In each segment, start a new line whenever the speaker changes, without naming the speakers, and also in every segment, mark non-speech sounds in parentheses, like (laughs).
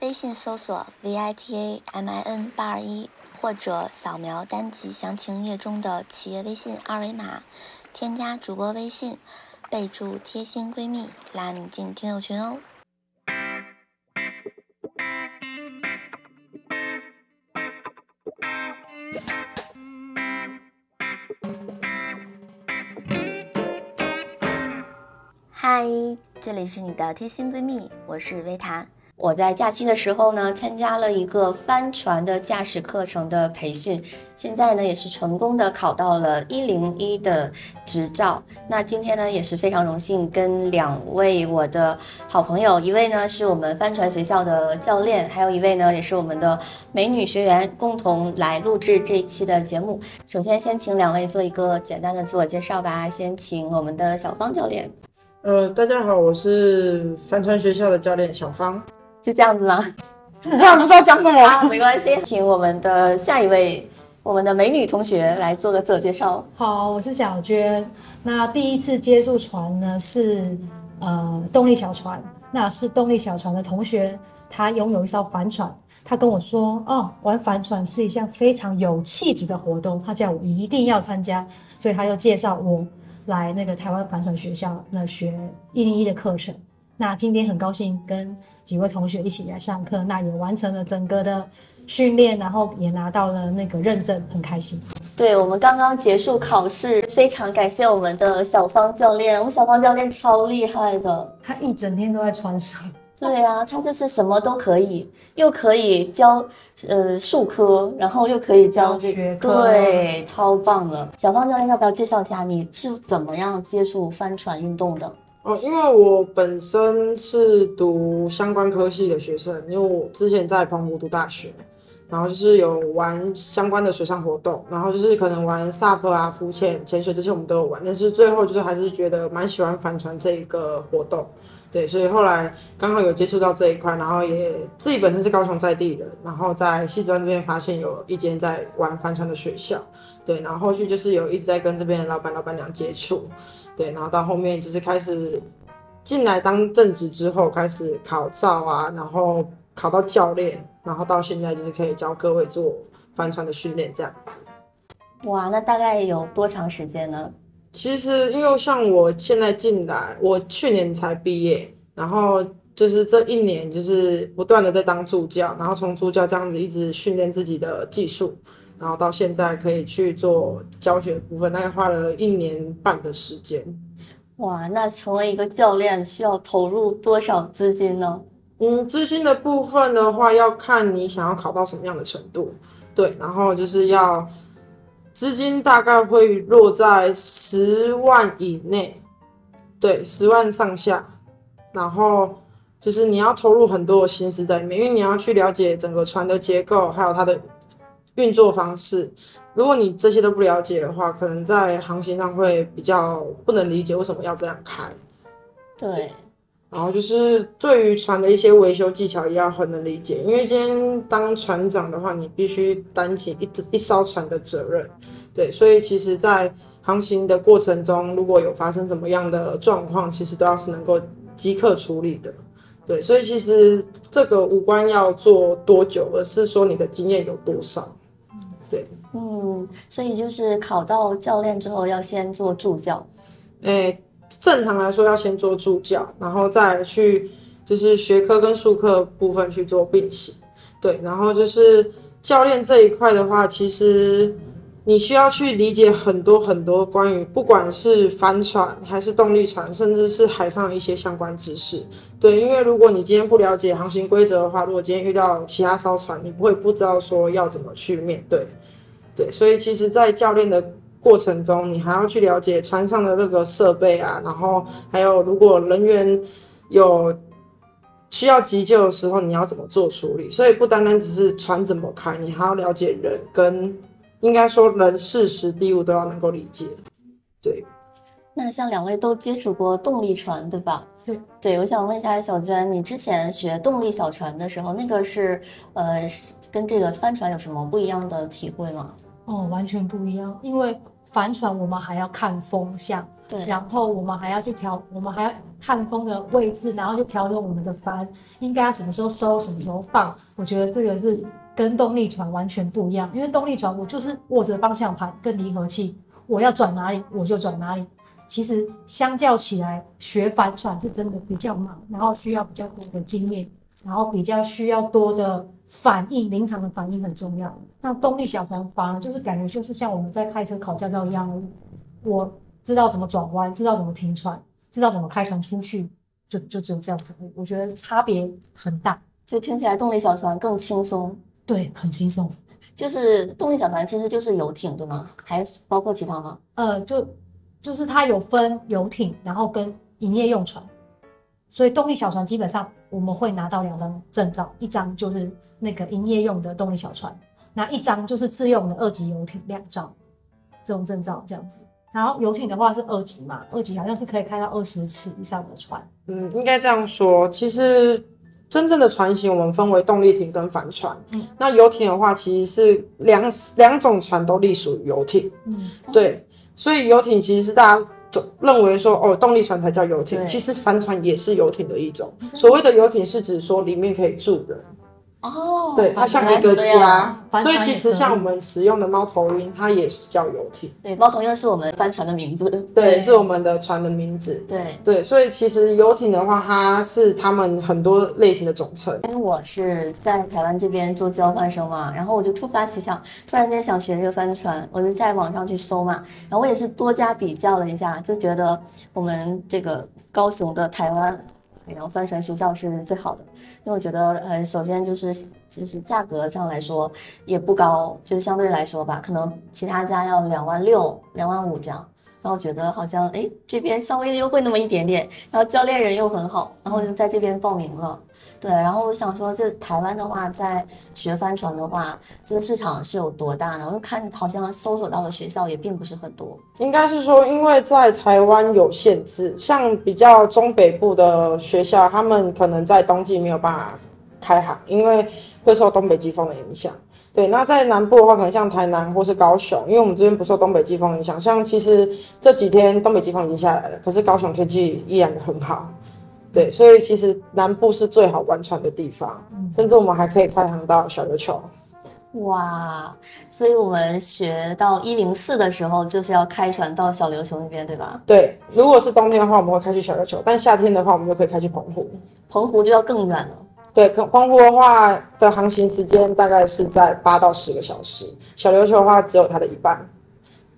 微信搜索 v i t a m i n 八二一，或者扫描单集详情页中的企业微信二维码，添加主播微信，备注“贴心闺蜜”，拉你进听友群哦。嗨，这里是你的贴心闺蜜，我是维塔。
我在假期的时候呢，参加了一个帆船的驾驶课程的培训，现在呢也是成功的考到了一零一的执照。那今天呢也是非常荣幸跟两位我的好朋友，一位呢是我们帆船学校的教练，还有一位呢也是我们的美女学员，共同来录制这一期的节目。首先先请两位做一个简单的自我介绍吧，先请我们的小芳教练。
呃，大家好，我是帆船学校的教练小芳。
就这样子吗？
那 (laughs) 不知道讲什
(laughs)
么。
啊，没关系，请我们的下一位，我们的美女同学来做个自我介绍。
好，我是小娟。那第一次接触船呢是呃动力小船，那是动力小船的同学，他拥有一艘帆船，他跟我说，哦，玩帆船是一项非常有气质的活动，他叫我一定要参加，所以他就介绍我来那个台湾帆船学校那学一零一的课程。那今天很高兴跟几位同学一起来上课，那也完成了整个的训练，然后也拿到了那个认证，很开心。
对我们刚刚结束考试，非常感谢我们的小芳教练，我们小芳教练超厉害的。
他一整天都在船上，
对啊，他就是什么都可以，又可以教呃数科，然后又可以教这
教学科
对，超棒了。小芳教练要不要介绍一下你是怎么样接触帆船运动的？
哦，因为我本身是读相关科系的学生，因为我之前在澎湖读大学，然后就是有玩相关的水上活动，然后就是可能玩 SUP 啊、浮潜、潜水这些我们都有玩，但是最后就是还是觉得蛮喜欢帆船这一个活动。对，所以后来刚好有接触到这一块，然后也自己本身是高雄在地人，然后在西子湾这边发现有一间在玩帆船的学校，对，然后后续就是有一直在跟这边的老板、老板娘接触，对，然后到后面就是开始进来当正职之后，开始考照啊，然后考到教练，然后到现在就是可以教各位做帆船的训练这样子。
哇，那大概有多长时间呢？
其实因为像我现在进来，我去年才毕业，然后就是这一年就是不断的在当助教，然后从助教这样子一直训练自己的技术，然后到现在可以去做教学部分，大概花了一年半的时间。
哇，那成为一个教练需要投入多少资金呢？
嗯，资金的部分的话，要看你想要考到什么样的程度，对，然后就是要资金大概会落在十万以内，对，十万上下，然后就是你要投入很多的心思在里面，因为你要去了解整个船的结构，还有它的运作方式。如果你这些都不了解的话，可能在航行上会比较不能理解为什么要这样开。
对，
然后就是对于船的一些维修技巧也要很能理解，因为今天当船长的话，你必须担起一只一艘船的责任，对，所以其实，在航行的过程中，如果有发生什么样的状况，其实都要是能够即刻处理的，对，所以其实这个无关要做多久，而是说你的经验有多少，对，
嗯，所以就是考到教练之后要先做助教。
诶，正常来说要先做助教，然后再去就是学科跟术科部分去做并行。对，然后就是教练这一块的话，其实你需要去理解很多很多关于不管是帆船还是动力船，甚至是海上一些相关知识。对，因为如果你今天不了解航行规则的话，如果今天遇到其他艘船，你不会不知道说要怎么去面对。对，所以其实，在教练的过程中，你还要去了解船上的那个设备啊，然后还有如果人员有需要急救的时候，你要怎么做处理。所以不单单只是船怎么开，你还要了解人跟应该说人事时地物都要能够理解。对，
那像两位都接触过动力船，对吧？
对，
对，我想问一下小娟，你之前学动力小船的时候，那个是呃，是跟这个帆船有什么不一样的体会吗？
哦，完全不一样。因为帆船我们还要看风向，
对
然后我们还要去调，我们还要看风的位置，然后去调整我们的帆，应该什么时候收，什么时候放。我觉得这个是跟动力船完全不一样，因为动力船我就是握着方向盘跟离合器，我要转哪里我就转哪里。其实相较起来，学帆船是真的比较忙，然后需要比较多的经验，然后比较需要多的反应，临场的反应很重要。那动力小船反而就是感觉就是像我们在开车考驾照一样，我知道怎么转弯，知道怎么停船，知道怎么开船出去，就就只有这样子而已。我觉得差别很大，
就听起来动力小船更轻松。
对，很轻松。
就是动力小船其实就是游艇对吗？还包括其他吗？
呃，就就是它有分游艇，然后跟营业用船，所以动力小船基本上我们会拿到两张证照，一张就是那个营业用的动力小船，那一张就是自用的二级游艇，两张这种证照这样子。然后游艇的话是二级嘛，二级好像是可以开到二十尺以上的船。
嗯，应该这样说。其实真正的船型，我们分为动力艇跟帆船。
嗯
那游艇的话，其实是两两种船都隶属于游艇。
嗯，
对，所以游艇其实是大家总认为说，哦，动力船才叫游艇，
对
其实帆船也是游艇的一种。所谓的游艇是指说里面可以住人，
哦，
对，它像一个
原来是这样。
家。
帆
所
船
以
也啊
其实
可以
像我们使用的猫头鹰，它也是叫游艇，
对，猫头鹰是我们帆船的名字。
对，
对
是我们的船的名字。
对，
对，所以其实游艇的话，它是他们很多类型的总称。
因为我是在台湾这边做交换生嘛，然后我就突发奇想，突然间想学这个帆船，我就在网上去搜嘛，然后我也是多加比较了一下，就觉得我们这个高雄的台湾。然后帆船学校是最好的，因为我觉得，呃，首先就是就是价格上来说也不高，就相对来说吧，可能其他家要两万六、两万五这样。然后觉得好像，哎，这边稍微优惠那么一点点，然后教练人又很好，然后就在这边报名了。对，然后我想说，这台湾的话，在学帆船的话，这个市场是有多大呢？我就看好像搜索到的学校也并不是很多。
应该是说，因为在台湾有限制，像比较中北部的学校，他们可能在冬季没有办法开航，因为会受东北季风的影响。对，那在南部的话，可能像台南或是高雄，因为我们这边不受东北季风影响。像其实这几天东北季风已经下来了，可是高雄天气依然很好。对，所以其实南部是最好玩船的地方，甚至我们还可以开航到小琉球。
哇，所以我们学到一零四的时候，就是要开船到小琉球那边，对吧？
对，如果是冬天的话，我们会开去小琉球；但夏天的话，我们就可以开去澎湖。
澎湖就要更远了。
对，可澎湖的话的航行时间大概是在八到十个小时，小琉球的话只有它的一半。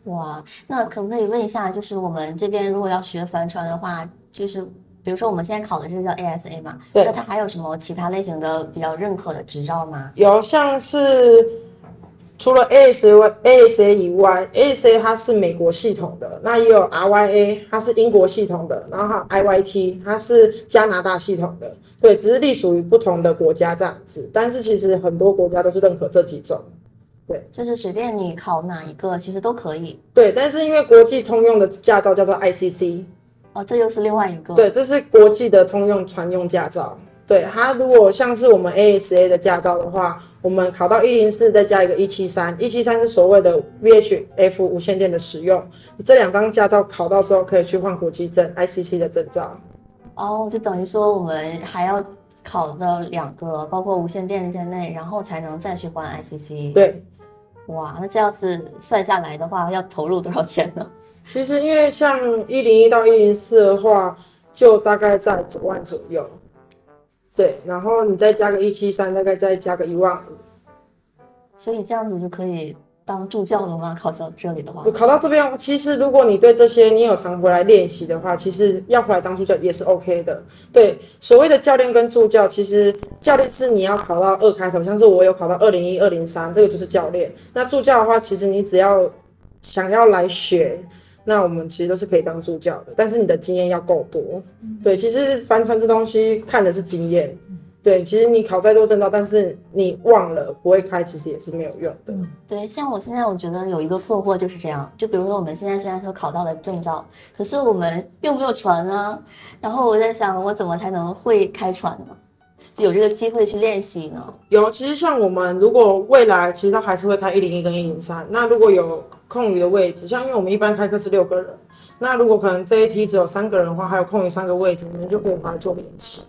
哇，那可不可以问一下，就是我们这边如果要学帆船的话，就是比如说我们现在考的这个叫 ASA 嘛，
对
那它还有什么其他类型的比较认可的执照吗？
有像是除了 ASA 外 ASA 以外，ASA 它是美国系统的，那也有 RYA 它是英国系统的，然后还有 IYT 它是加拿大系统的，对，只是隶属于不同的国家这样子。但是其实很多国家都是认可这几种。
就是随便你考哪一个，其实都可以。
对，但是因为国际通用的驾照叫做 ICC，
哦，这又是另外一个。
对，这是国际的通用船用驾照。对它，如果像是我们 ASA 的驾照的话，我们考到一零四，再加一个一七三，一七三是所谓的 VHF 无线电的使用。你这两张驾照考到之后，可以去换国际证 ICC 的证照。
哦，就等于说我们还要考到两个，包括无线电在内，然后才能再去换 ICC。，
对，
哇，那这样子算下来的话，要投入多少钱呢？
其实因为像一零一到一零四的话，就大概在九万左右。对，然后你再加个一七三，大概再加个一万五。
所以这样子就可以当助教了吗？考到这里的话
我，考到这边，其实如果你对这些你有常回来练习的话，其实要回来当助教也是 OK 的。对，所谓的教练跟助教，其实教练是你要考到二开头，像是我有考到二零一、二零三，这个就是教练。那助教的话，其实你只要想要来学，那我们其实都是可以当助教的，但是你的经验要够多。对，其实帆船这东西看的是经验。对，其实你考再多证照，但是你忘了不会开，其实也是没有用的。
对，像我现在我觉得有一个困惑就是这样，就比如说我们现在虽然说考到了证照，可是我们又没有船啊。然后我在想，我怎么才能会开船呢？有这个机会去练习呢？
有，其实像我们如果未来其实都还是会开一零一跟一零三，那如果有空余的位置，像因为我们一般开课是六个人，那如果可能这一梯只有三个人的话，还有空余三个位置，你们就可以回来做练习。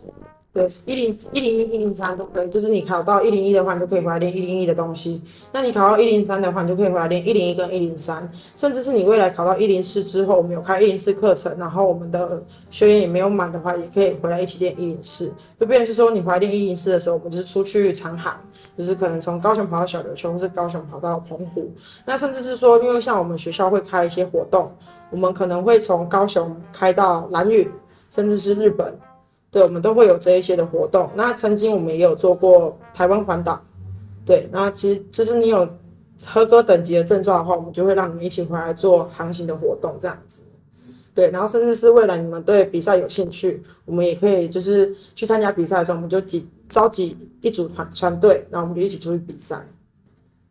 对，一零一零一、一零三都可以，就是你考到一零一的话，你就可以回来练一零一的东西；那你考到一零三的话，你就可以回来练一零一跟一零三，甚至是你未来考到一零四之后，我们有开一零四课程，然后我们的学员也没有满的话，也可以回来一起练一零四。就变成是说，你回来练一零四的时候，我们就是出去长航，就是可能从高雄跑到小琉球，或是高雄跑到澎湖，那甚至是说，因为像我们学校会开一些活动，我们可能会从高雄开到兰屿，甚至是日本。对，我们都会有这一些的活动。那曾经我们也有做过台湾环岛，对，那其实就是你有合格等级的证照的话，我们就会让你们一起回来做航行的活动，这样子。对，然后甚至是未来你们对比赛有兴趣，我们也可以就是去参加比赛的时候，我们就几召集一组团船队，然后我们就一起出去比赛。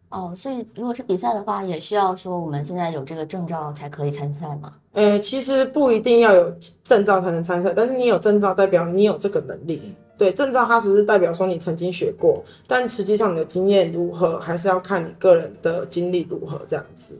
哦，所以如果是比赛的话，也需要说我们现在有这个证照才可以参赛吗？
呃，其实不一定要有证照才能参赛，但是你有证照代表你有这个能力。对，证照它只是代表说你曾经学过，但实际上你的经验如何，还是要看你个人的经历如何这样子。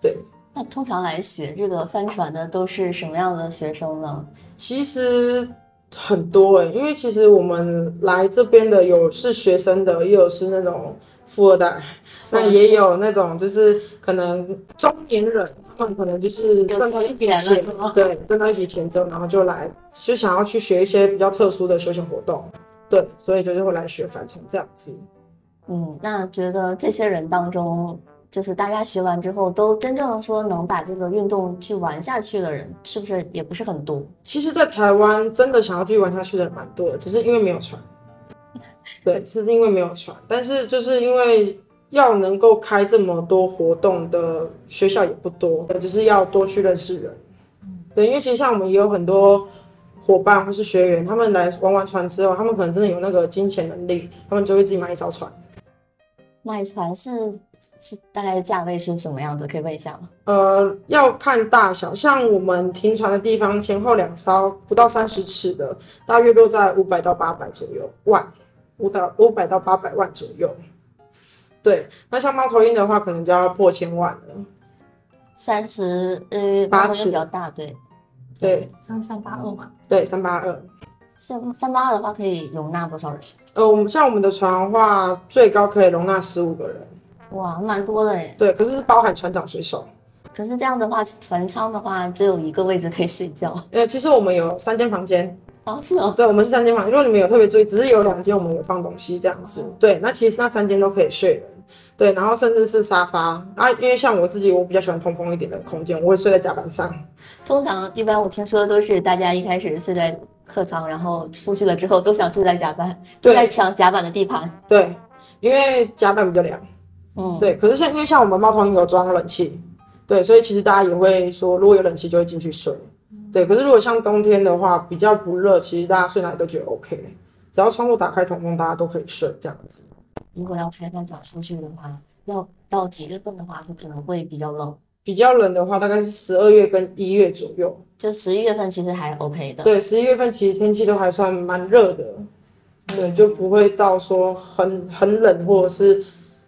对，
那通常来学这个帆船的都是什么样的学生呢？
其实很多诶、因为其实我们来这边的有是学生的，也有是那种富二代，那也有那种就是可能中年人，他们可能就是赚到一笔
有钱
钱
了是吗，
对，赚到一笔钱之后，然后就来就想要去学一些比较特殊的休闲活动，对，所以就是会来学帆船这样子。
嗯，那觉得这些人当中，就是大家学完之后都真正说能把这个运动去玩下去的人，是不是也不是很多？
其实，在台湾真的想要继续玩下去的人蛮多的，只是因为没有船。对，是因为没有船，但是就是因为要能够开这么多活动的学校也不多，就是要多去认识人。对，因为其实像我们也有很多伙伴或是学员，他们来玩完船之后，他们可能真的有那个金钱能力，他们就会自己买一艘船。
卖船是是大概价位是什么样子？可以问一下吗？
呃，要看大小，像我们停船的地方前后两艘不到三十尺的，大约都在五百到八百左右万，五到五百到八百万左右。对，那像猫头鹰的话，可能就要破千万了。
三十呃，
八
猫头鹰
尺
比较大，对，
对
三三八二嘛，
对，三八二。
像三八二的话可以容纳多少人？
呃，我们像我们的船的话，最高可以容纳十五个人。
哇，蛮多的诶。
对，可是是包含船长、水手。
可是这样的话，船舱的话只有一个位置可以睡觉。 (laughs)
呃，其实我们有三间房间，
哦，是哦，
对，我们是三间房。如果你们有特别注意，只是有两间我们有放东西这样子。对，那其实那三间都可以睡人。对，然后甚至是沙发啊，因为像我自己，我比较喜欢通风一点的空间，我会睡在甲板上。
通常一般我听说都是大家一开始睡在客舱，然后出去了之后都想睡在甲板，睡
对
在抢甲板的地盘。
对，因为甲板比较凉。
嗯，
对，可是像因为像我们猫头鹰有装冷气，对，所以其实大家也会说，如果有冷气就会进去睡。对，可是如果像冬天的话，比较不热，其实大家睡哪里都觉得 OK，只要窗户打开通风，大家都可以睡这样子。
如果要开帆船出去的话，要到几月份的话，就可能会比较冷。
比较冷的话，大概是十二月跟一月左右。
就十一月份其实还 OK 的。
对，十一月份其实天气都还算蛮热的，对，就不会到说很很冷或者是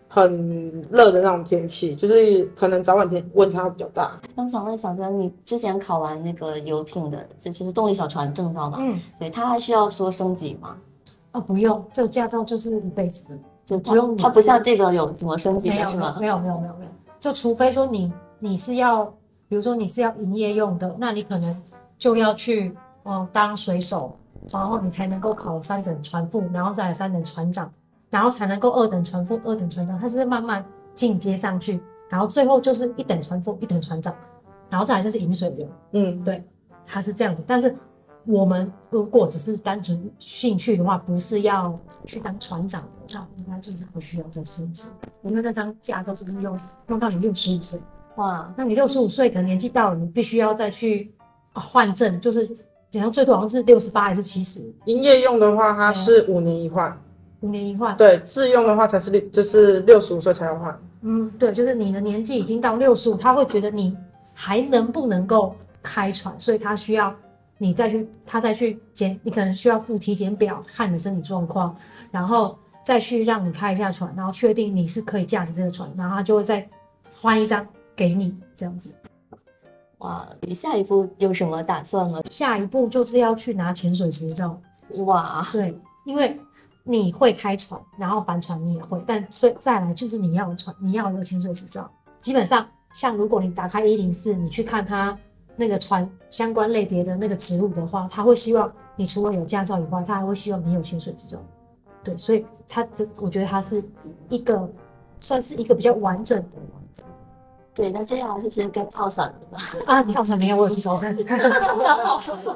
很热的那种天气，就是可能早晚天温差会比较大。
那我想问小娟，你之前考完那个游艇的，这就是动力小船证照嘛？
嗯，
对，它还需要说升级吗？
哦，不用，这个驾照就是一辈子的，
就它
不用
它不像这个有什么升级
没
的
有
是吗？
没有没有没有没有，就除非说你你是要，比如说你是要营业用的，那你可能就要去哦当水手，然后你才能够考三等船副，然后再来三等船长，然后才能够二等船副、二等船长，它就是慢慢进阶上去，然后最后就是一等船副、一等船长，然后再来就是饮水员。
嗯，
它是这样子。但是我们如果只是单纯兴趣的话，不是要去当船长的，那应该就是不需要这事情，因为那张驾照就是用用到你六十五岁，
哇，
那你六十五岁可能年纪到了，你必须要再去啊换证，就是然后最多好像是六十八还是七十，
营业用的话，它是五年一换，
五年一换。
对，自用的话才是六，就是六十五岁才要换。
嗯，对，就是你的年纪已经到六十五，他会觉得你还能不能够开船，所以他需要你再去，他再去检，你可能需要附体检表看你的身体状况，然后再去让你开一下船，然后确定你是可以驾驶这个船，然后他就会再换一张给你这样子。
哇，你下一步有什么打算吗？
下一步就是要去拿潜水执照。
哇，
对，因为你会开船，然后板船你也会，但最再来就是你要有船，你要有潜水执照。基本上，像如果你打开一零四，你去看它那个船相关类别的那个职务的话，他会希望你除了有驾照以外，他还会希望你有潜水执照。对，所以它这我觉得它是一个算是一个比较完整的
对，那这样就是该跳伞了吧？
啊，跳伞没有问题哦。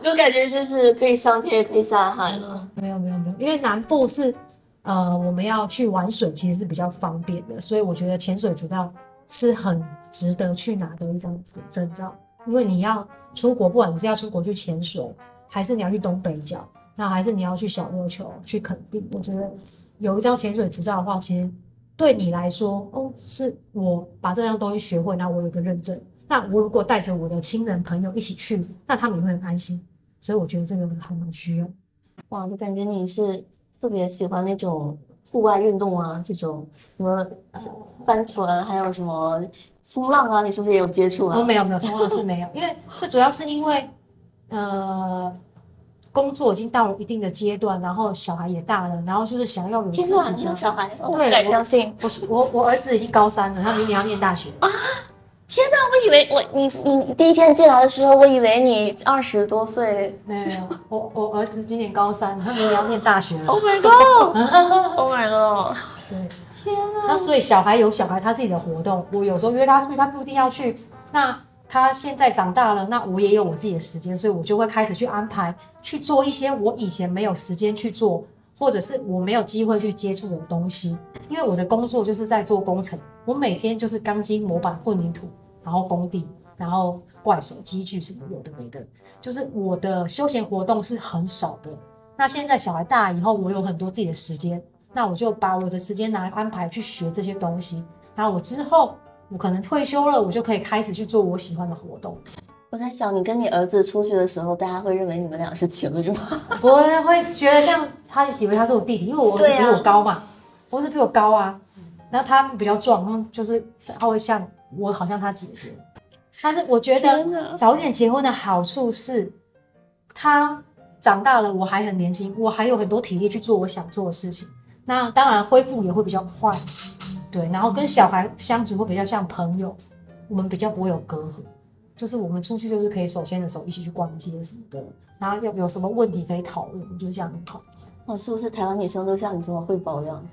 就感觉就是可以上天也可以下海了。
没有没有没有，因为南部是呃我们要去玩水，其实是比较方便的，所以我觉得潜水执照是很值得去拿的一张执证照，因为你要出国，不管你是要出国去潜水，还是你要去东北角，那还是你要去小琉球、去垦丁，我觉得有一张潜水执照的话，其实对你来说，哦，是我把这样东西学会，然后我有一个认证。那我如果带着我的亲人朋友一起去，那他们也会很安心，所以我觉得这个还蛮需要。
哇，我感觉你是特别喜欢那种户外运动啊，这种什么呃帆船，还有什么冲浪啊，你是不是也有接触
哦，
啊？
没有没有，从来是没有，因为最主要是因为，呃，工作已经到了一定的阶段，然后小孩也大了，然后就是想要有自
天
己
哪，你有
的。
小孩，我不
对
敢
我
相信。
我是我我儿子已经高三了，他明年要念大学。
(laughs) 天哪，我以为我你你第一天进来的时候，我以为你二十多岁。
没有没有，我我儿子今年高三，他明年要念大学了。
Oh my god！Oh my god！
对，
天哪！
那所以小孩有小孩他自己的活动，我有时候约他出去，他不一定要去。那他现在长大了，那我也有我自己的时间，所以我就会开始去安排，去做一些我以前没有时间去做，或者是我没有机会去接触的东西。因为我的工作就是在做工程，我每天就是钢筋、模板、混凝土，然后工地，然后怪手、机具什么有的没的，就是我的休闲活动是很少的。那现在小孩大以后，我有很多自己的时间，那我就把我的时间拿来安排去学这些东西。然后我之后，我可能退休了，我就可以开始去做我喜欢的
(laughs)
活动。
我在想，你跟你儿子出去的时候，大家会认为你们俩是情侣吗？ (laughs)
我会觉得这样，他以为他是我弟弟，因为我儿子
对啊
比我高嘛，我儿子比我高啊，然后他比较壮，然后就是他会像我，好像他姐姐。但是我觉
天哪
得早点结婚的好处是，他长大了，我还很年轻，我还有很多体力去做我想做的事情。那当然恢复也会比较快，对，然后跟小孩相处会比较像朋友，我们比较不会有隔阂，就是我们出去就是可以手牵着手一起去逛街什么的，然后有有什么问题可以讨论，我觉得这样很好。
哦，是不是台湾女生都像你这么会保养？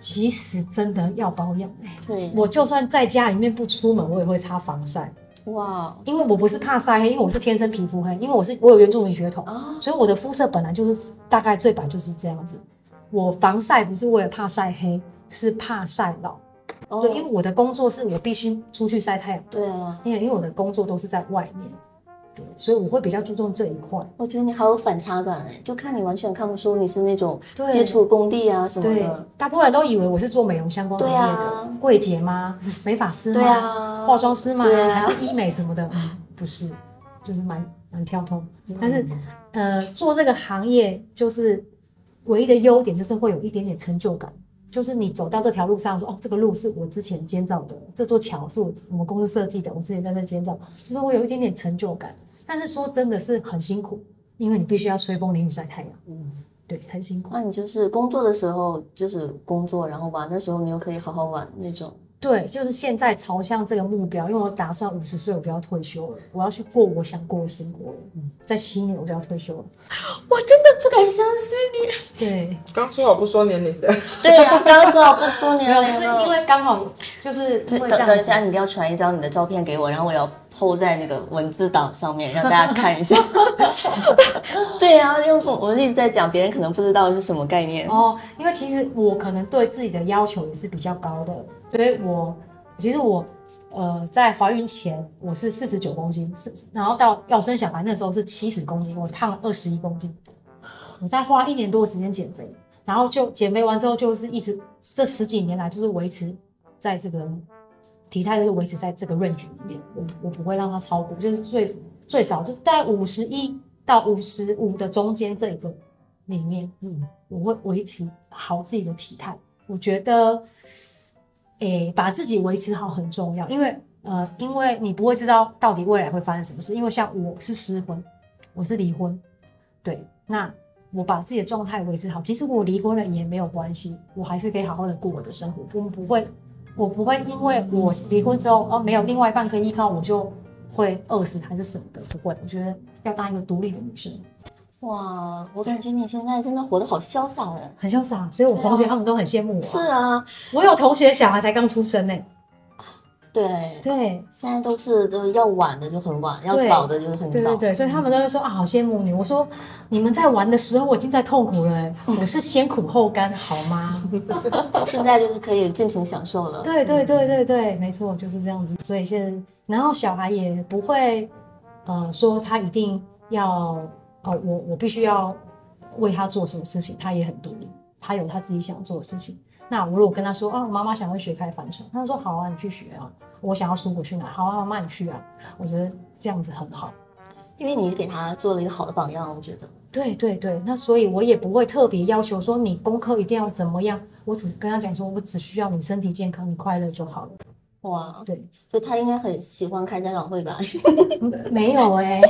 其实真的要保养哎、
对，
我就算在家里面不出门，我也会擦防晒，
哇
因为我不是怕晒黑，因为我是天生皮肤黑，因为我是我有原住民血统，
啊，
所以我的肤色本来就是大概最白就是这样子。我防晒不是为了怕晒黑，是怕晒老。
哦
对，因为我的工作是我必须出去晒太阳，
对啊，
因为因为我的工作都是在外面，对，所以我会比较注重这一块。
我觉得你好有反差感哎，就看你完全看不出你是那种
对
接触工地啊什么
对
的。，
大部分人都以为我是做美容相关行业
对
的
啊，
柜姐吗？美发师
对
吗？
啊
化妆师吗？
对啊
还是医美什么的？嗯不是，就是蛮蛮跳通。但是，呃，做这个行业就是唯一的优点就是会有一点点成就感，就是你走到这条路上说，哦，这个路是我之前建造的，这座桥是我我们公司设计的，我之前在这建造，就是会有一点点成就感。但是说真的是很辛苦，因为你必须要吹风淋雨晒太阳，
嗯
对，很辛苦。
那你就是工作的时候就是工作，然后玩的时候你又可以好好玩那种。
对，就是现在朝向这个目标，因为我打算五十岁我就要退休了，我要去过我想过的生活了。在七年我就要退休了。
我真的不敢相信你。 (laughs)
对，
刚说好不说年龄的，
对呀、啊， (laughs) 刚刚说好不说年龄
没有，就是
了
(laughs) 因为刚好就是因
对
为
等等
这
一下，
样子。
你一定要传一张你的照片给我，然后我要 PO 在那个文字档上面，让大家看一
(laughs)
下。对呀、因为我们一直在讲，别人可能不知道是什么概念。
哦，因为其实我可能对自己的要求也是比较高的，所以我其实我呃在怀孕前我是四十九公斤，是然后到要生小孩那时候是七十公斤，我胖了二十一公斤，我大概花一年多的时间减肥，然后就减肥完之后就是一直这十几年来就是维持在这个体态就是维持在这个 range 里面，我我不会让它超过，就是最最少就是在五十一到五十五的中间这一个里面，嗯，我会维持好自己的体态。我觉得，诶、把自己维持好很重要，因为呃，因为你不会知道到底未来会发生什么事，因为像我是失婚，我是离婚，对，那我把自己的状态维持好，即使我离婚了也没有关系，我还是可以好好的过我的生活，我们不会，我不会因为我离婚之后哦没有另外一半可以依靠，我就会饿死还是什么的，不会，我觉得要当一个独立的女生，
哇，我感觉你现在真的活得好潇洒哦。
很潇洒，所以我同学他们都很羡慕我、
啊是，啊，
我有同学小孩才刚出生呢、
对，
对，
现在都是就是要晚的就很晚，要
对
早的就很
对
早
对。对，所以他们都会说啊，好羡慕你。我说你们在玩的时候，我已经在痛苦了、我是先苦后甘，好吗？
现在就是可以尽情享受了。
对对对对对，没错，就是这样子。所以现在，然后小孩也不会，呃，说他一定要，呃，我我必须要为他做什么事情，他也很独立，他有他自己想做的事情。那我如果跟他说啊，我妈妈想要学开帆船，他就说好啊，你去学啊。我想要出国去哪？好啊，妈妈你去啊。我觉得这样子很好。
因为你给他做了一个好的榜样，我觉得。
对对对，那所以我也不会特别要求说你功课一定要怎么样，我只跟他讲说，我只需要你身体健康，你快乐就好了。
哇，
对，
所以他应该很喜欢开家长会
(laughs)
吧？
嗯没有
(laughs)
哎、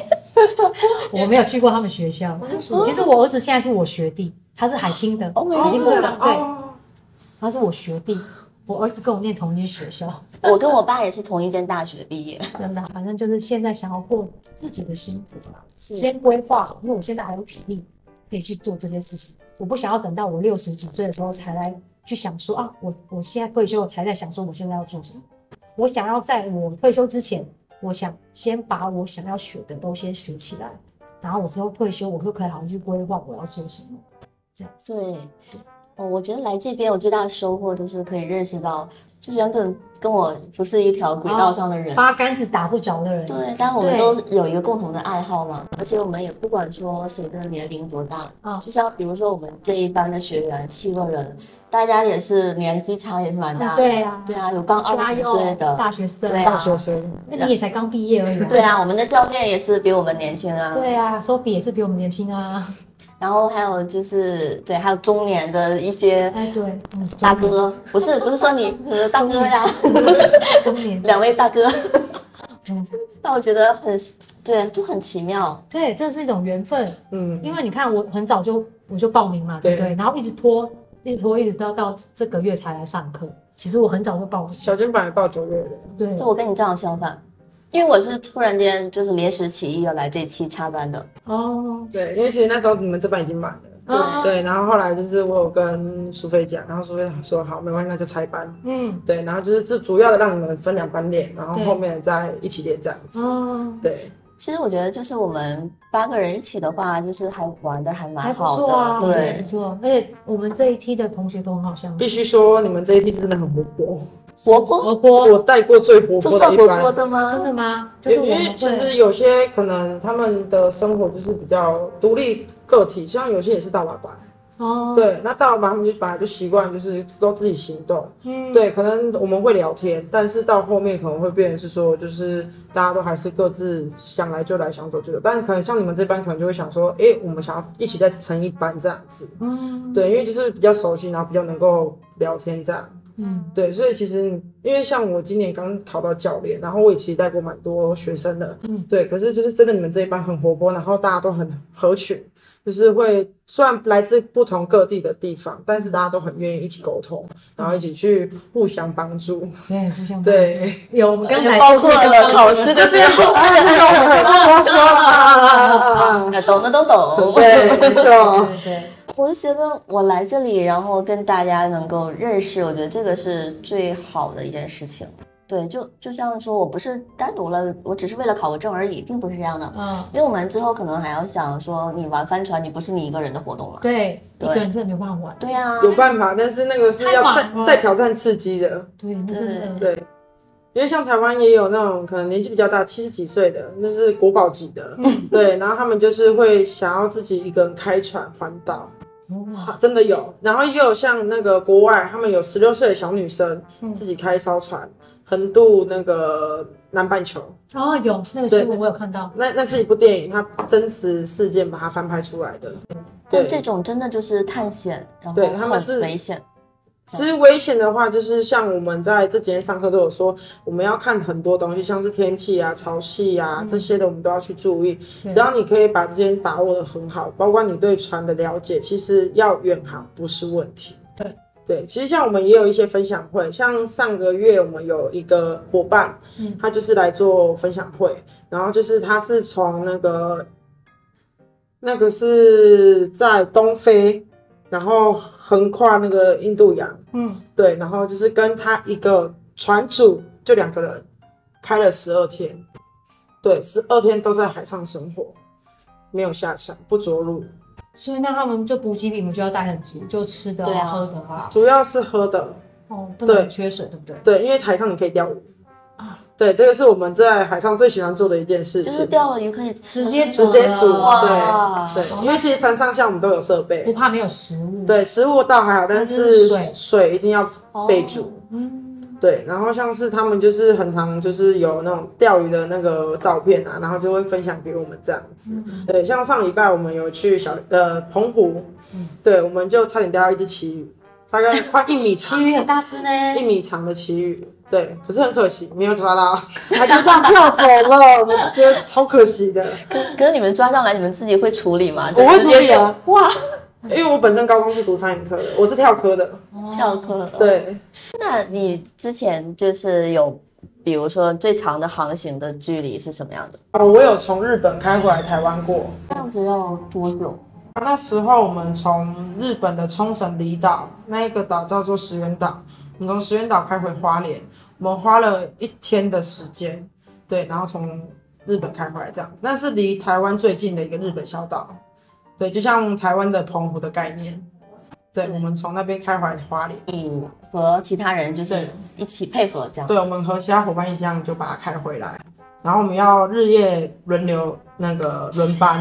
我没有去过他们学校。其实我儿子现在是我学弟，他是海清的，海清
哦
国
是
上
啊
对，
哦
他是我学弟。我儿子跟我念同一间学校，
我跟我爸也是同一间大学毕业。
真的，反正就是现在想要过自己的生活嘛，先规划好，因为我现在还有体力可以去做这些事情。我不想要等到我六十几岁的时候才来去想说啊，我我现在退休，我才在想说我现在要做什么。我想要在我退休之前，我想先把我想要学的都先学起来，然后我之后退休，我就可以好好去规划我要做什么。
对，哦，我觉得来这边我最大的收获就是可以认识到，就原本跟我不是一条
哦
轨道上的人。啊
八竿子打不着的人，
对，啊但我们
对
都有一个共同的爱好嘛，而且我们也不管说谁的年龄多大，
嗯
就像比如说我们这一班的学员七个人，大家也是年纪差也是蛮大的，
嗯对啊
对啊，有刚
加
二十
油
岁，的，
大学生，
对啊
大学生，
那你也才刚毕业而已、啊。
对啊，我们的教练也是比我们年轻啊，
对啊，Sophie 也是比我们年轻啊。
然后还有就是对，还有中年的一些
哎，对，嗯
大，哥，不是不是说你呃大哥呀，
中
(laughs)
年，
两位大哥，
嗯
(laughs) 但我觉得很对，就很奇妙，
对，这是一种缘分。
嗯，
因为你看，我很早就我就报名嘛，对
对
不对？然后一直拖，一直拖，一直到到这个月才来上课。其实我很早就报名，
小金本来报九月的，
对
就我跟你正好相反。因为我是突然间就是临时起意要来这期插班的，
哦，
对，因为其实那时候你们这班已经满了。
啊
对，然后后来就是我有跟苏菲讲，然后苏菲说好，没关系，那就拆班。
嗯，
对，然后就是这主要的让你们分两班练，然后
对
后面再一起练这样子。
哦，
对，
其实我觉得就是我们八个人一起的话，就是还玩的还
还
蛮
不
好的，
错啊，
对
不，错。而且我们这一梯的同学都很好相处，
必须说你们这一批是真的很活泼，
活泼，
活泼，
我带过最活
这
泼
算
的
活
一
泼
班。
的吗？
真的吗？就是
因
我
为因
们
为其
会
实有些可能他们的生活就是比较独立个体，像有些也是大老板，
哦，
对，那大老板他们就本来就习惯就是都自己行动，
嗯，
对，可能我们会聊天，但是到后面可能会变成是说，就是大家都还是各自想来就来，想走就走，但是可能像你们这班可能就会想说，诶，我们想要一起再成一班这样子，
嗯，
对，因为就是比较熟悉，然后比较能够聊天这样。
嗯，
对，所以其实因为像我今年刚考到教练，然后我也其实带过蛮多学生的，
嗯，
对。可是就是真的，你们这一班很活泼，然后大家都很合群，就是会虽然来自不同各地的地方，但是大家都很愿意一起沟通，然后一起去互相帮助。
对，互相帮助
对，
有我们刚才
包括了考试的时
(laughs)
候，哎
我说 (laughs) 啊，
懂的都懂。
对，没错，
对对，
我就觉得我来这里，然后跟大家能够认识，我觉得这个是最好的一件事情。对，就就像说我不是单独了，我只是为了考个证而已，并不是这样的。
嗯，
因为我们之后可能还要想说，你玩帆船，你不是你一个人的活动了。
对，一
对
个人真的没办法玩，
对啊呀、
有办法，但是那个是要再再挑战刺激的。
对，那真的，
对，因为像台湾也有那种可能年纪比较大，七十几岁的，那是国宝级的，对，然后他们就是会想要自己一个人开船环岛，
哇，
啊真的有。然后也有像那个国外，他们有十六岁的小女生自己开一艘船横渡那个南半球，
哦，有那个新闻我有看到，
那那是一部电影，它真实事件把它翻拍出来的。
但
对，
这种真的就是探险，然后
对他们
很
是
危险。
其实危险的话，就是像我们在这几天上课都有说，我们要看很多东西，像是天气啊、潮汐啊这些的，我们都要去注意。
嗯对
只要你可以把这些把握的很好，包括你对船的了解，其实要远航不是问题。
对
对，其实像我们也有一些分享会，像上个月我们有一个伙伴，
嗯
他就是来做分享会，然后就是他是从那个那个是在东非，然后横跨那个印度洋。
嗯，
对，然后就是跟他一个船主就两个人开了十二天，对，十二天都在海上生活，没有下船，不着陆，
所以那他们就补给品，我们就要带很足，就吃的
对啊
喝的啊，
主要是喝的，
哦，不能
对
缺水，对不对？
对，因为海上你可以钓鱼，对，这个是我们在海上最喜欢做的一件事
啊就
情，
是钓了鱼可以吃
直接啊
直接煮，啊
哇
对对，因为其实船上像我们都有设备
不，怕没有食物。，
对，食物倒还好，但
就是
是
水
水一定要备足。
哦
嗯，
对，然后像是他们就是很常就是有那种钓鱼的那个照片啊，然后就会分享给我们这样子。
嗯
对，像上礼拜我们有去小呃澎湖，
嗯
对，我们就差点钓到一只旗鱼，大概快一米
其
长
余很大只呢，
一米长的旗鱼。对，可是很可惜没有抓到，还就这样跳走了，我觉得超可惜的。
可可是你们抓上来，你们自己会处理吗？
我会
就
处
直接
理啊
就哇，
因为我本身高中是读餐饮科的，我是跳科的。
跳课了。，
对，
那你之前就是有，比如说最长的航行的距离是什么样的？
哦，我有从日本开回来台湾过。啊
这样子要多久？
那时候我们从日本的冲绳离岛那一个岛叫做石垣岛，我们从石垣岛开回花莲，我们花了一天的时间，对，然后从日本开回来这样，那是离台湾最近的一个日本小岛，对，就像台湾的澎湖的概念，对，我们从那边开回来花莲，
你和其他人就是
对
一起配合这样。
对，我们和其他伙伴一样就把它开回来，然后我们要日夜轮流那个轮班，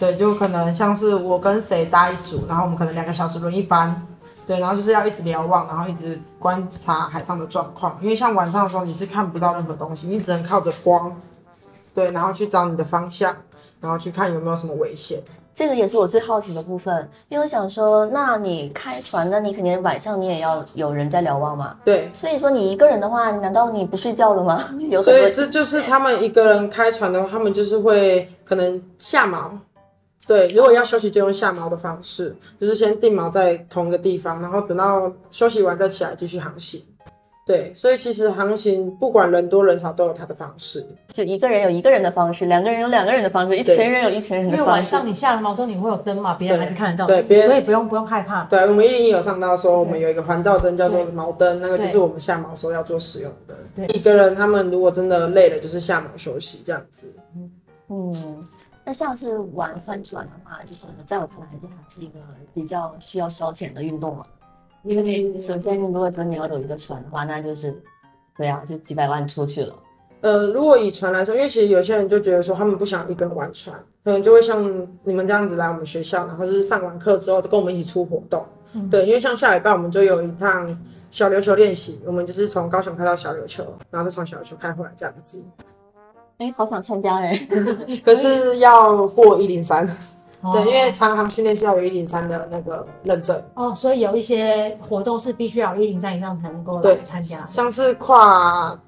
对，就可能像是我跟谁搭一组，然后我们可能两个小时轮一班，对，然后就是要一直瞭望，然后一直观察海上的状况，因为像晚上的时候你是看不到任何东西，你只能靠着光，对，然后去找你的方向，然后去看有没有什么危险。
这个也是我最好奇的部分，因为我想说，那你开船，那你肯定晚上你也要有人在瞭望嘛。
对，
所以说你一个人的话，难道你不睡觉的吗？ (laughs) 有很
所
多
以这就是他们一个人开船的话，他们就是会可能下锚。对，如果要休息就用下锚的方式，就是先定锚在同一个地方，然后等到休息完再起来继续航行。对，所以其实航行不管人多人少都有它的方式。
就一个人有一个人的方式，两个人有两个人的方式，一群人有一群人
因
的
为
方
晚
式。
上你下了毛之后，你会有灯嘛，别人还是看得到，
对别人
所以不用不用害怕。
对，我们一零一有上到说，我们有一个环照灯叫做锚灯，那个就是
对
我们下锚时候要做使用的。
对
一个人他们如果真的累了，就是下锚休息这样子。
嗯，那像是玩帆船的话，就是在我看来，这还是一个比较需要烧钱的运动嘛。因为首先，如果说你要有一个船的话，那就是，对啊，就几百万出去了。
呃，如果以船来说，因为其实有些人就觉得说他们不想一个人玩船，可能就会像你们这样子来我们学校，然后就是上完课之后就跟我们一起出活动。对，因为像下礼拜我们就有一趟小琉球练习，我们就是从高雄开到小琉球，然后再从小琉球开回来这样子。
哎，好想参加哎！
可是要过一零三，
哦
对，因为长航训练是要有一零三的那个认证。
哦，所以有一些活动是必须要一零三以上才能够来
对
参加。
像是跨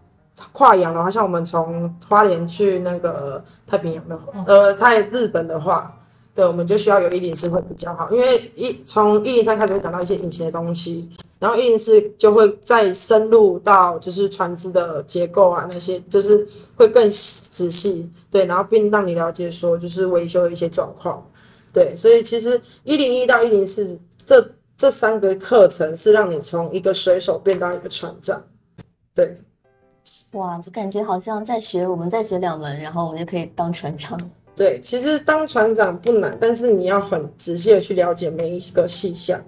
跨洋的话，像我们从花莲去那个太平洋的，呃，太日本的话，对，我们就需要有一零四会比较好，因为一从一零三开始会讲到一些隐形的东西，然后一零四就会再深入到就是船只的结构啊那些，就是会更仔细，对，然后并让你了解说就是维修的一些状况，对，所以其实一零一到一零四这这三个课程是让你从一个水手变到一个船长。对，
哇，就感觉好像在学，我们在学两门，然后我们就可以当船长。 (laughs)
对，其实当船长不难，但是你要很仔细的去了解每一个细项，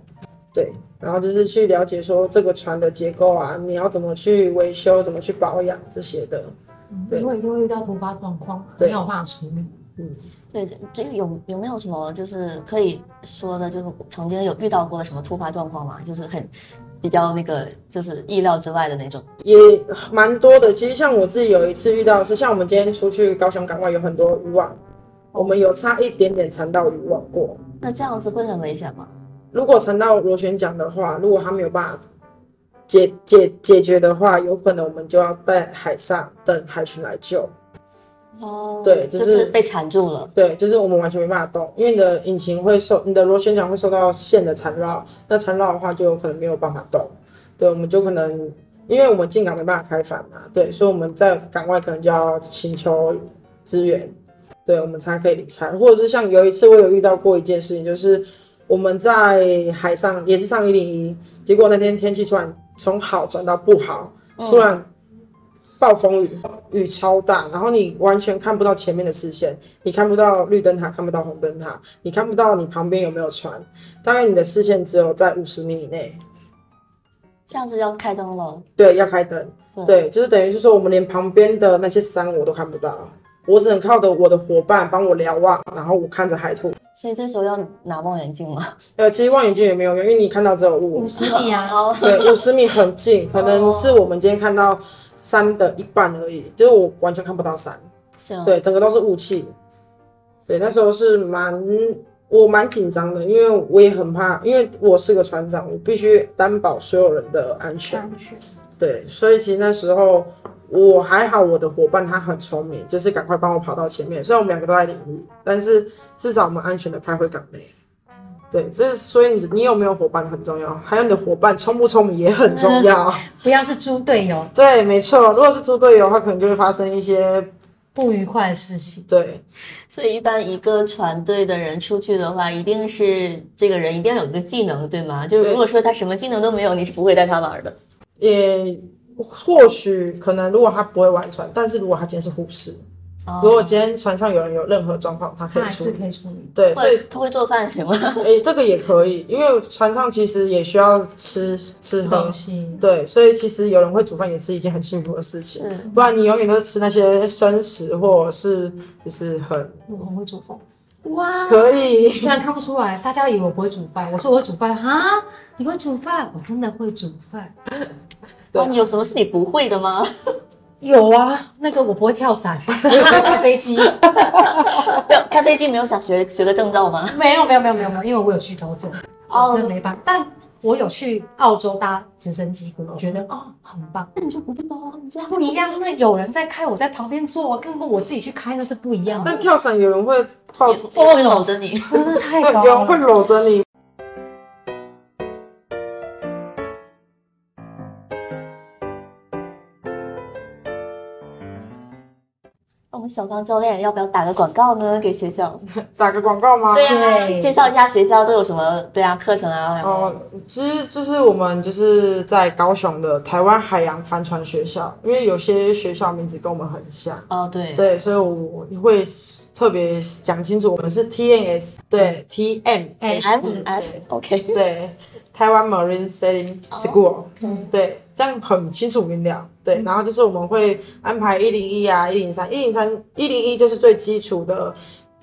对，然后就是去了解说这个船的结构啊，你要怎么去维修，怎么去保养这些的。对
嗯因为一定会遇到突发状况嘛，
对
没有办法处理。
对，这个有有没有什么就是可以说的，就是曾经有遇到过什么突发状况吗？就是很比较那个，就是意料之外的那种。
也蛮多的。其实像我自己有一次遇到的是，像我们今天出去高雄港外有很多渔网，我们有差一点点缠到渔网过。
那这样子会很危险吗？
如果缠到螺旋桨的话，如果它没有办法解解解决的话，有可能我们就要在海上等海巡来救。
哦，
对就
就是是被缠住了。
对，就是我们完全没办法动，因为你的引擎会受你的螺旋桨会受到线的缠绕，那缠绕的话就有可能没有办法动。对，我们就可能因为我们进港没办法开返嘛，对，所以我们在港外可能就要请求支援，对我们才可以离开。或者是像有一次我有遇到过一件事情，就是我们在海上也是上一零一，结果那天天气突然从好转到不好，突然暴风雨，雨超大，然后你完全看不到前面的视线，你看不到绿灯塔，看不到红灯塔，你看不到你旁边有没有船，大概你的视线只有在五十米以内。
这样子要开灯了，
对，要开灯。
对
嗯
对，就是等于是说，我们连旁边的那些山我都看不到，我只能靠着我的伙伴帮我瞭望，然后我看着海图。
所以这时候要拿望远镜嘛。
呃，其实望远镜也没有用，因为你看到只有雾
五。十米哦啊，
哦，
对，五十米很近，可能是我们今天看到山的一半而已，就是我完全看不到山。
(laughs) 是吗？
对，整个都是雾气。对，那时候是蛮我蛮紧张的，因为我也很怕，因为我是个船长，我必须担保所有人的安全。对，所以其实那时候我还好，我的伙伴他很聪明，就是赶快帮我跑到前面。虽然我们两个都在领域，但是至少我们安全的开回港内。对，这所以你你有没有伙伴很重要，还有你的伙伴聪不聪明也很重 (laughs) 要。
不要是猪队友，
对，没错，如果是猪队友的话，可能就会发生一些
不愉快的事情。
对
所以一般一个船队的人出去的话，一定是这个人一定要有一个技能，对吗？就是
对
如果说他什么技能都没有，你是不会带他玩的。
也或许可能，如果他不会玩船，但是如果他今天是护士，
哦
如果今天船上有人有任何状况，他可
那
以
还
处
是
理。
可以处理。
对，
或
所以
者他会做饭行吗？
诶、这个也可以，因为船上其实也需要吃吃喝
东。西
对，所以其实有人会煮饭也是一件很幸福的事情，
嗯
不然你永远都是吃那些生食，或者是就是很
我很会煮饭，
哇，
可以，
虽然看不出来，大家以为我不会煮饭，我说我会煮饭哈，你会煮饭？我真的会煮饭。
(laughs) 对
哦那你有什么是你不会的
(laughs)
吗？
有啊，那个我不会跳 (laughs) 伞，我也不会开飞机。
没有，开飞机没有想学学个证照吗？
没有没有没有没有没有，因为我有去高中，
哦
哦，真的没办法。但我有去澳洲搭直升机过，我觉得哦很棒，
那你就不会吗？你这样
不一样。那有人在开，我在旁边坐，跟跟我自己去开那是不一样的。
但跳伞有人会靠，
会搂着
(laughs)
你。
真的太
对
高
有人会
了，
搂着你，
我们小刚教练要不要打个广告呢？给学校？
打个广告吗？
呀、
对
介绍一下学校都有什么对啊课程啊，然后
哦，其实就是我们就是在高雄的台湾海洋帆船学校，因为有些学校名字跟我们很像，
哦对，
对，所以我会特别讲清楚，我们是 TNS，对，TMS，
哎
M S 哎 OK
嗯对，台湾 Marine Sailing School，、对，这样很清楚明了。对，然后就是我们会安排一零一啊、一零三、一零三、一零一就是最基础的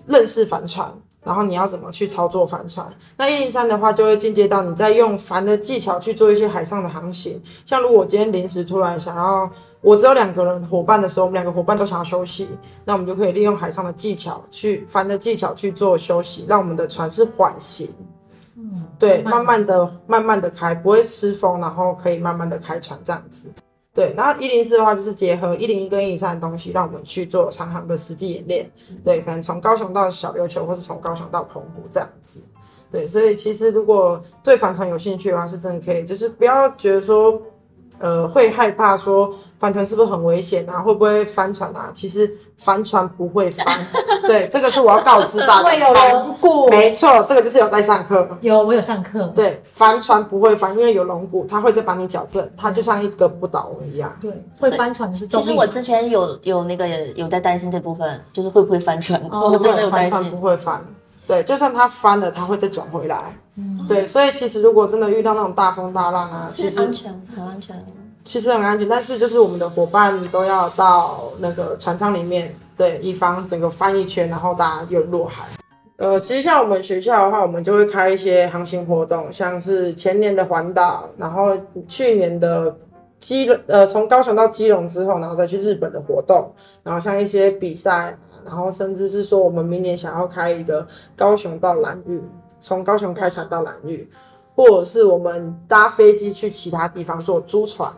认识帆船，然后你要怎么去操作帆船。那一零三的话，就会进阶到你在用帆的技巧去做一些海上的航行。像如果我今天临时突然想要，我只有两个人伙伴的时候，我们两个伙伴都想要休息，那我们就可以利用海上的技巧去帆的技巧去做休息，让我们的船是缓行。对，嗯慢慢的、慢慢的开，不会失风，然后可以慢慢的开船这样子。对，然后一零四的话就是结合一零一跟一零三的东西，让我们去做长航的实际演练。对，可能从高雄到小琉球，或是从高雄到澎湖这样子。对，所以其实如果对帆船有兴趣的话，是真的可以，就是不要觉得说，呃，会害怕说帆船是不是很危险啊，会不会翻船啊？其实帆船不会
(laughs)
翻，对，这个是我要告知大家。
会有
帆
人过。
没错，这个就是有在上课。
有，我有上课。
对，帆船不会翻，因为有龙骨，它会再把你矫正，它就像一个不倒翁一样。
对，会翻船是重
其
力。
实我之前有有那个有在担心这部分，就是会不会翻船，我 (laughs) 真的有
对，
担
帆船不
心。
哦会翻。对，就算它翻了，它会再转回来。对，所以其实如果真的遇到那种大风大浪啊，其实
全，很嗯安全。
其实很安全，但是就是我们的伙伴都要到那个船舱里面，对，以防整个翻一圈，然后大家又落海。呃，其实像我们学校的话，我们就会开一些航行活动，像是前年的环岛，然后去年的基隆，呃，从高雄到基隆之后，然后再去日本的活动，然后像一些比赛，然后甚至是说我们明年想要开一个高雄到兰屿，从高雄开船到兰屿，或者是我们搭飞机去其他地方做租船，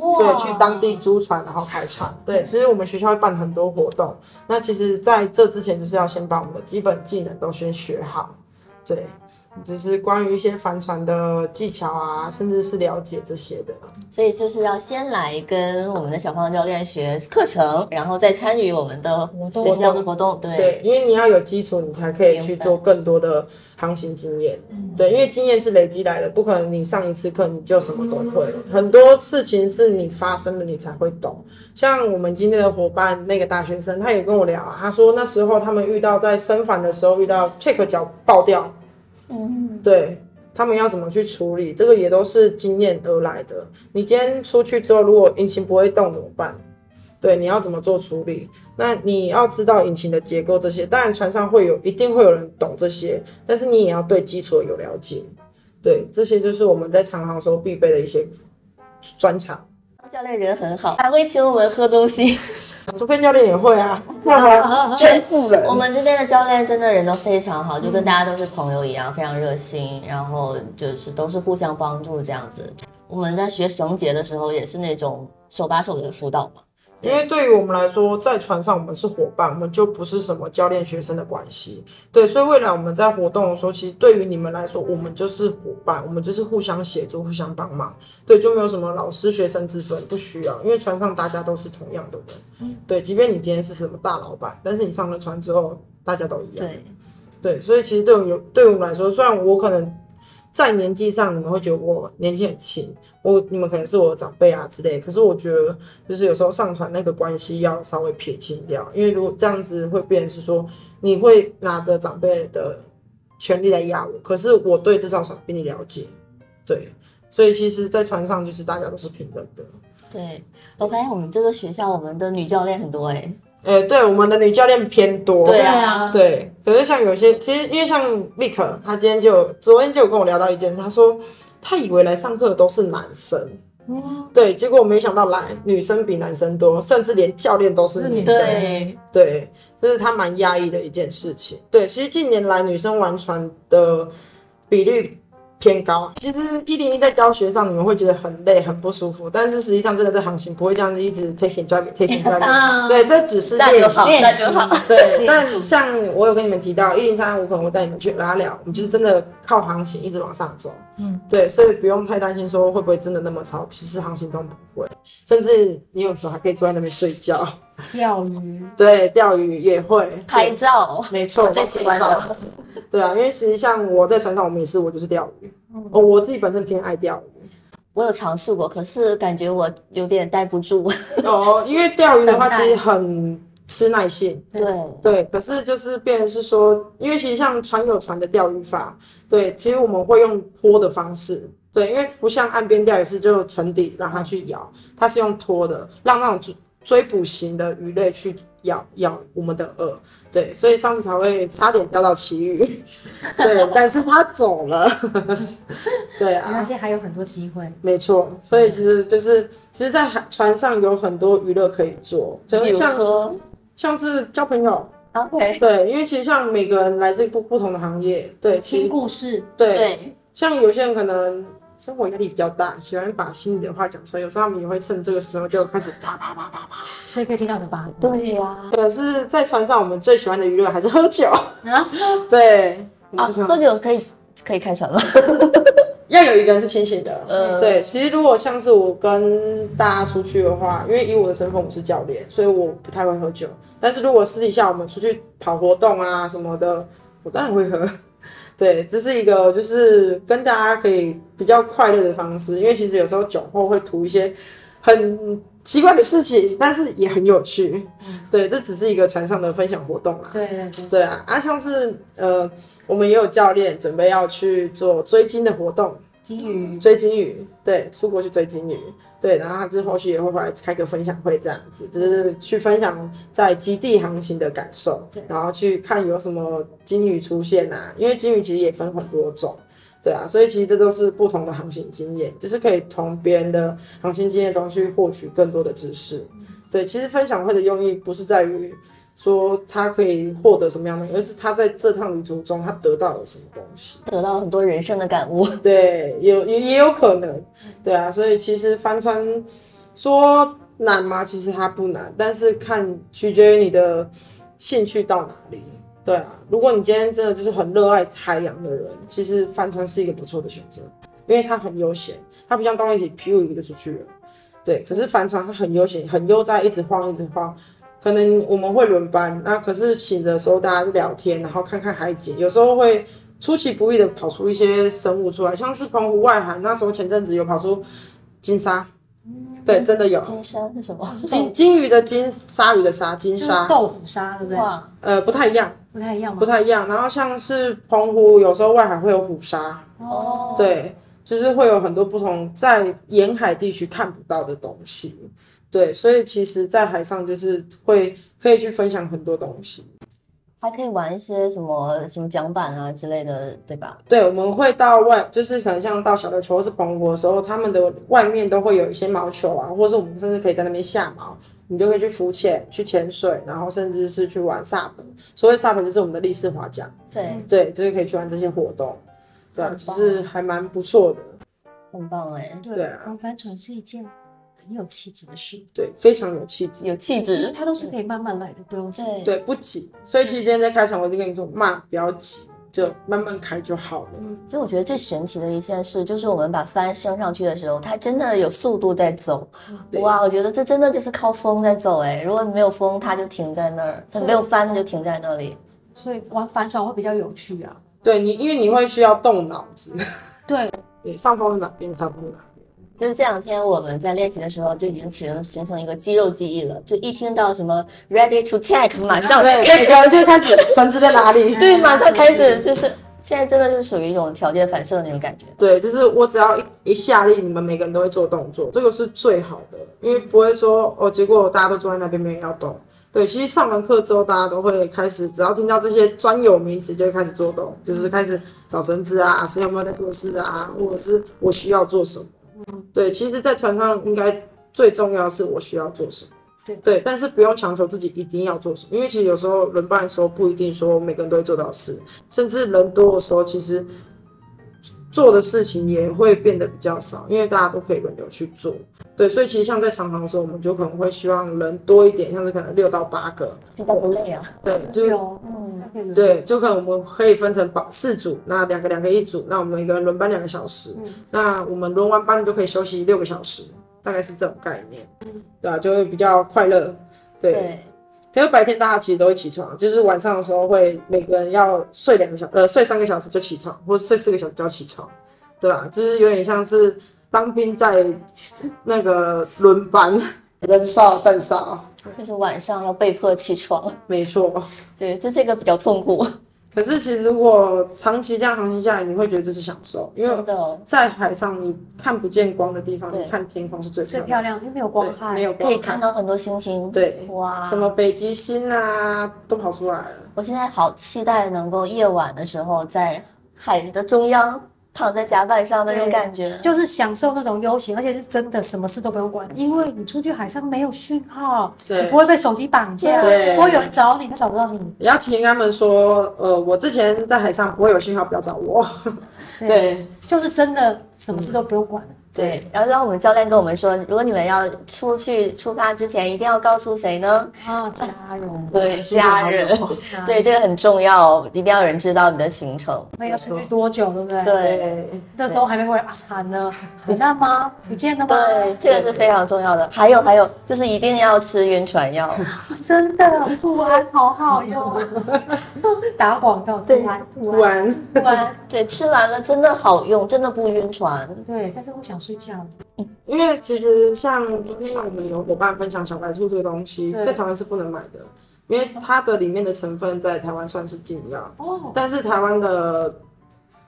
哇
对，去当地租船然后开船。对，其实我们学校会办很多活动，那其实在这之前就是要先把我们的基本技能都先学好，对，只是关于一些帆船的技巧啊，甚至是了解这些的。
所以就是要先来跟我们的小胖教练学课程，然后再参与我们的
动
学校的活动。对，
对，因为你要有基础，你才可以去做更多的航行经验。对，因为经验是累积来的，不可能你上一次课你就什么都会。很多事情是你发生了你才会懂。像我们今天的伙伴那个大学生，他也跟我聊啊，他说那时候他们遇到在升帆的时候遇到 check 脚爆掉，嗯，对。他们要怎么去处理，这个也都是经验而来的。你今天出去之后，如果引擎不会动怎么办？对，你要怎么做处理？那你要知道引擎的结构这些，当然船上会有一定会有人懂这些，但是你也要对基础有了解。对，这些就是我们在长航时候必备的一些专长。
教练人很好，还会请我们喝东 (laughs) 西。
竹片教练也会啊，
对，
富人
我们这边的教练真的人都非常好，就跟大家都是朋友一样，非常热心，然后就是都是互相帮助这样子。我们在学绳结的时候也是那种手把手的辅导嘛。
因为对于我们来说，在船上我们是伙伴，我们就不是什么教练学生的关系。对，所以未来我们在活动的时候，其实对于你们来说，我们就是伙伴，我们就是互相协助、互相帮忙。对，就没有什么老师学生之分，不需要，因为船上大家都是同样的人。对，即便你今天是什么大老板，但是你上了船之后，大家都一样。
对，
对，所以其实对我有对我们来说，虽然我可能在年纪上你们会觉得我年纪很轻，我你们可能是我的长辈啊之类，可是我觉得就是有时候上传那个关系要稍微撇清掉，因为如果这样子会变成是说你会拿着长辈的权利来压我，可是我对这艘船比你了解，对，所以其实，在船上就是大家都是平等的。
对，我发现我们这个学校我们的女教练很多哎。
呃，对，我们的女教练偏多，
对
啊，
对，可是像有些，其实因为像 Vic，他今天就有昨天就有跟我聊到一件事，他说他以为来上课的都是男生，
哦
对，结果我没想到来女生比男生多，甚至连教练都是女
是
生，
女生
对，
对，这是他蛮压抑的一件事情。对，其实近年来女生玩船的比率偏高。啊其实一零一在教学上，你们会觉得很累、很不舒服，但是实际上真的在航行不会这样子一直 taking driving taking driving。对，这只是
那就
练习
好，。那就好。
对，但像我有跟你们提到一零三，我可能会带你们去拉聊，你就是真的靠航行一直往上走。嗯，对，所以不用太担心说会不会真的那么吵，其实航行中不会，甚至你有时候还可以坐在那边睡觉。
钓鱼，
对，钓鱼也会
拍，照，
对没错，
最喜欢
拍
的
照。对啊，因为其实像我在船上，我们也是我就是钓鱼，
嗯
哦，我自己本身偏爱
(laughs)
钓鱼。
我有尝试过，可是感觉我有点待不住。
哦，因为钓鱼的话
等
其
待
实很吃耐性，
对，
对，可是就是变成是说，因为其实像船有船的钓鱼法，对，其实我们会用拖的方式，对，因为不像岸边钓鱼是就沉底让它去咬，它是用拖的，让那种追追捕型的鱼类去咬咬我们的饵，对，所以上次才会差点钓到旗鱼， (laughs) 对，但是它走了， (laughs) 对啊，
而且还有很多机会。
没错，所以其实就是，其实，在海船上有很多娱乐可以做，就
(laughs) 比
是
如
像
说
像是交朋友，
，OK，
对，因为其实像每个人来自不不同的行业，对，其
听
实
故事，
对，
对，
像有些人可能生活压力比较大，喜欢把心里的话讲出来，有时候他们也会趁这个时候就开始啪啪啪啪啪。
所以可以听到很八
啊
卦。
对呀。
可是，在船上我们最喜欢的娱乐还是喝酒，
啊，
(laughs) 对，我
啊
们就，常
喝酒可以可以开船 (laughs) 吗？
要有一个人是清醒的。
嗯
对。其实如果像是我跟大家出去的话，因为以我的身份我是教练，所以我不太会喝酒。但是如果私底下我们出去跑活动啊什么的，我当然会喝。 (laughs) 对，这是一个就是跟大家可以比较快乐的方式，因为其实有时候酒后会吐一些很奇怪的事情，但是也很有趣。对，这只是一个船上的分享活动啦。
嗯对对对，
对啊，啊，像是呃，我们也有教练准备要去做追鲸的活动，
金鱼，
追鲸鱼，对，出国去追鲸鱼，对，然后他之后续也会回来开个分享会，这样子，就是去分享在基地航行的感受，然后去看有什么鲸鱼出现啊，因为鲸鱼其实也分很多种。对啊，所以其实这都是不同的航行经验，就是可以从别人的航行经验中去获取更多的知识。对，其实分享会的用意不是在于说他可以获得什么样的，而是他在这趟旅途中他得到了什么东西。
得到很多人生的感悟。
对，有也也有可能，对啊，所以其实帆船说难吗？其实它不难，但是看取决于你的兴趣到哪里。对啊，如果你今天真的就是很热爱海洋的人，其实帆船是一个不错的选择，因为它很悠闲，它不像动力体，皮一个就出去了。对，可是帆船它很悠闲，很悠哉，一直晃，一直晃。可能我们会轮班，那可是醒着的时候大家就聊天，然后看看海景，有时候会出其不意的跑出一些生物出来，像是澎湖外海那时候前阵子有跑出金鲨，对，真的有
金沙是什么？
金金鱼的金，鲨鱼的鲨，金鲨，
豆腐鲨，对不对？
哇，
呃，不太一样，
不太一样嘛
不。太一样。然后像是澎湖，有时候外海会有虎鲨，
哦，，
对，就是会有很多不同在沿海地区看不到的东西。对，所以其实，在海上就是会可以去分享很多东西。
还可以玩一些什么什么桨板啊之类的，对吧？
对，我们会到外，就是可能像到小琉球或是澎湖的时候，他们的外面都会有一些毛球啊，或者是我们甚至可以在那边下毛，你就可以去浮潜、去潜水，然后甚至是去玩 SUP。所谓 SUP 就是我们的立式划桨，
对，
对，就是可以去玩这些活动，对啊，
很
就
棒
是还蛮不错的，
很棒哎，
对
对啊
玩帆船是一件很有气质的事，
对，非常有气质，
有气
因为
质。
它都是可以慢慢来的，不用急。
对
对，不急。所以其实今天在开场我就跟你说，慢，不要急，就慢慢开就好了。
其实我觉得最神奇的一件事，就是我们把帆升上去的时候，它真的有速度在走。
对
哇，我觉得这真的就是靠风在走哎。如果没有风，它就停在那儿；它没有帆，它就停在那里。
所以玩帆船会比较有趣啊。
对你，因为你会需要动脑子， (laughs)
对，
对，上风是哪边，下风是哪边。
就是这两天我们在练习的时候，就已经形形成一个肌肉记忆了。就一听到什么 ready to take，马上
对，
开
每
始
个人就开始绳子在哪里？
对，马上开始就是现在真的就是属于一种条件反射的那种感觉。
对，就是我只要一一下令，你们每个人都会做动作，这个是最好的，因为不会说哦，结果大家都坐在那边没人要动。对，其实上完课之后，大家都会开始，只要听到这些专有名词，就会开始做动，就是开始找绳子啊，谁有没有在做事啊，或者是我需要做什么。对，其实，在船上应该最重要的是我需要做什么。
对
对，但是不用强求自己一定要做什么，因为其实有时候轮班的时候不一定说每个人都会做到事，甚至人多的时候，其实做的事情也会变得比较少，因为大家都可以轮流去做。对，所以其实像在长航的时候，我们就可能会希望人多一点，像是可能六到八个，
比较不累啊。
对，就是
有，嗯，可以轮
对，啊就可能我们可以分成把四组，那两个两个一组，那我们每个人轮班两个小时，那我们轮完班就可以休息六个小时，大概是这种概念，对啊，就会比较快乐，对。
对，
可是白天大家其实都会起床，就是晚上的时候会每个人要睡两个小呃睡三个小时就起床，或者睡四个小时就要起床，对吧、就是有点像是当兵在那个轮班，人少站哨，
就是晚上要被迫起床。
没错。
对，就这个比较痛苦，
可是其实如果长期这样航行下来，你会觉得这是享受，因
真
为
的哦
在海上你看不见光的地方，
对
你看天空是最
最
亮
漂亮，因为没有
的，
光
对，没
害，
有光
可以看到啊很多星星。
对
哇，
什么北极星啊都跑出来了。
我现在好期待能够夜晚的时候在海的中央躺在甲板上的那种
对
感觉。
就是享受那种悠闲，而且是真的什么事都不用管，因为你出去海上没有讯号，
对
你不会被手机绑架，
对
不会有人找你，他找不到你。
你要提前跟他们说，呃，我之前在海上不会有信号，不要找我。对
就是真的什么事都不用管。
对，然后让我们教练跟我们说，如果你们要出去出发之前，一定要告诉谁呢？
啊，家人，
对，
幸好
家人。
家人
对，这个很重要，一定要有人知道你的行程。
没有出去多久，对不对？，
对
对，
那时候还没回来啊，惨了，海难吗？不见了吗？
对，这个是非常重要的。还有还有，就是一定要吃晕船 (laughs) 药。
真的，不安好好用。打广告，对，不
不然
不安。
对，吃完了真的好用，真的不晕船。
对，但是我想睡觉。
因为其实像昨天我们有伙伴分享小白醋这个东西，
对
在台湾是不能买的，因为它的里面的成分在台湾算是禁药，
哦，
但是台湾的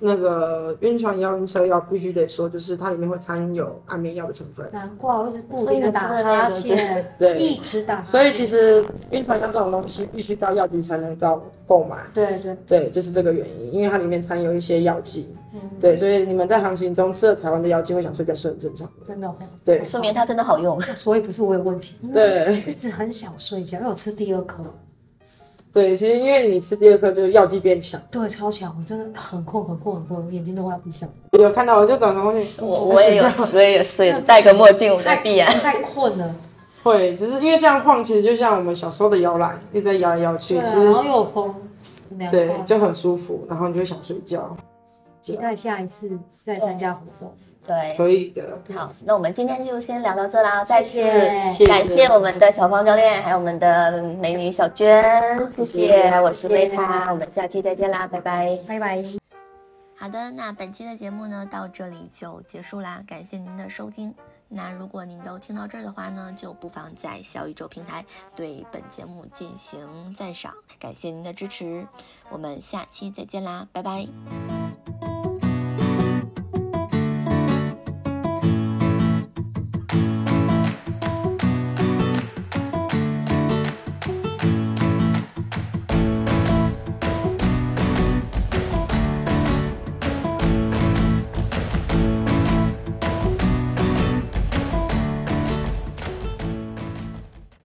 那个晕船药、晕车药必须得说，就是它里面会掺有安眠药的成分。
难怪我一直不
所以你
停
吃
的打
的那
哈
个
欠，
对
一直打哈欠。
所以其实晕船药这种东西必须到药局才能到购买。
对对，
对，就是这个原因，因为它里面掺有一些药剂，对，所以你们在航行中吃了台湾的药剂会想睡觉是很正常的，
真的。
对
说明它真的好用。
所以不是我有问题，因为
对
一直很想睡觉，因为我吃第二颗，
对，其实因为你吃第二颗，就是药剂变强。
对，超强，我真的很困，很困，很困，我眼睛都快要闭上了。
有看到我就转头过去，
(laughs) 我我也有，我也 (laughs) 睡了，戴个墨镜我再闭眼。
太困了，
(laughs) 会，就是因为这样晃，其实就像我们小时候的摇篮，一直在摇来摇去，
对、
其
啊，
实
然后又有风，凉快
对就很舒服，然后你就想睡觉，
期待下一次再参加活动。
(laughs) 对，
可以的。
好，那我们今天就先聊到这啦，再次
谢
感谢我们的小芳教练，还有我们的美女小娟，谢谢，我是贝塔，我们下期再见啦，拜拜。
拜拜。
好的，那本期的节目呢到这里就结束啦，感谢您的收听。那如果您都听到这儿的话呢，就不妨在小宇宙平台对本节目进行赞赏，感谢您的支持，我们下期再见啦，拜拜。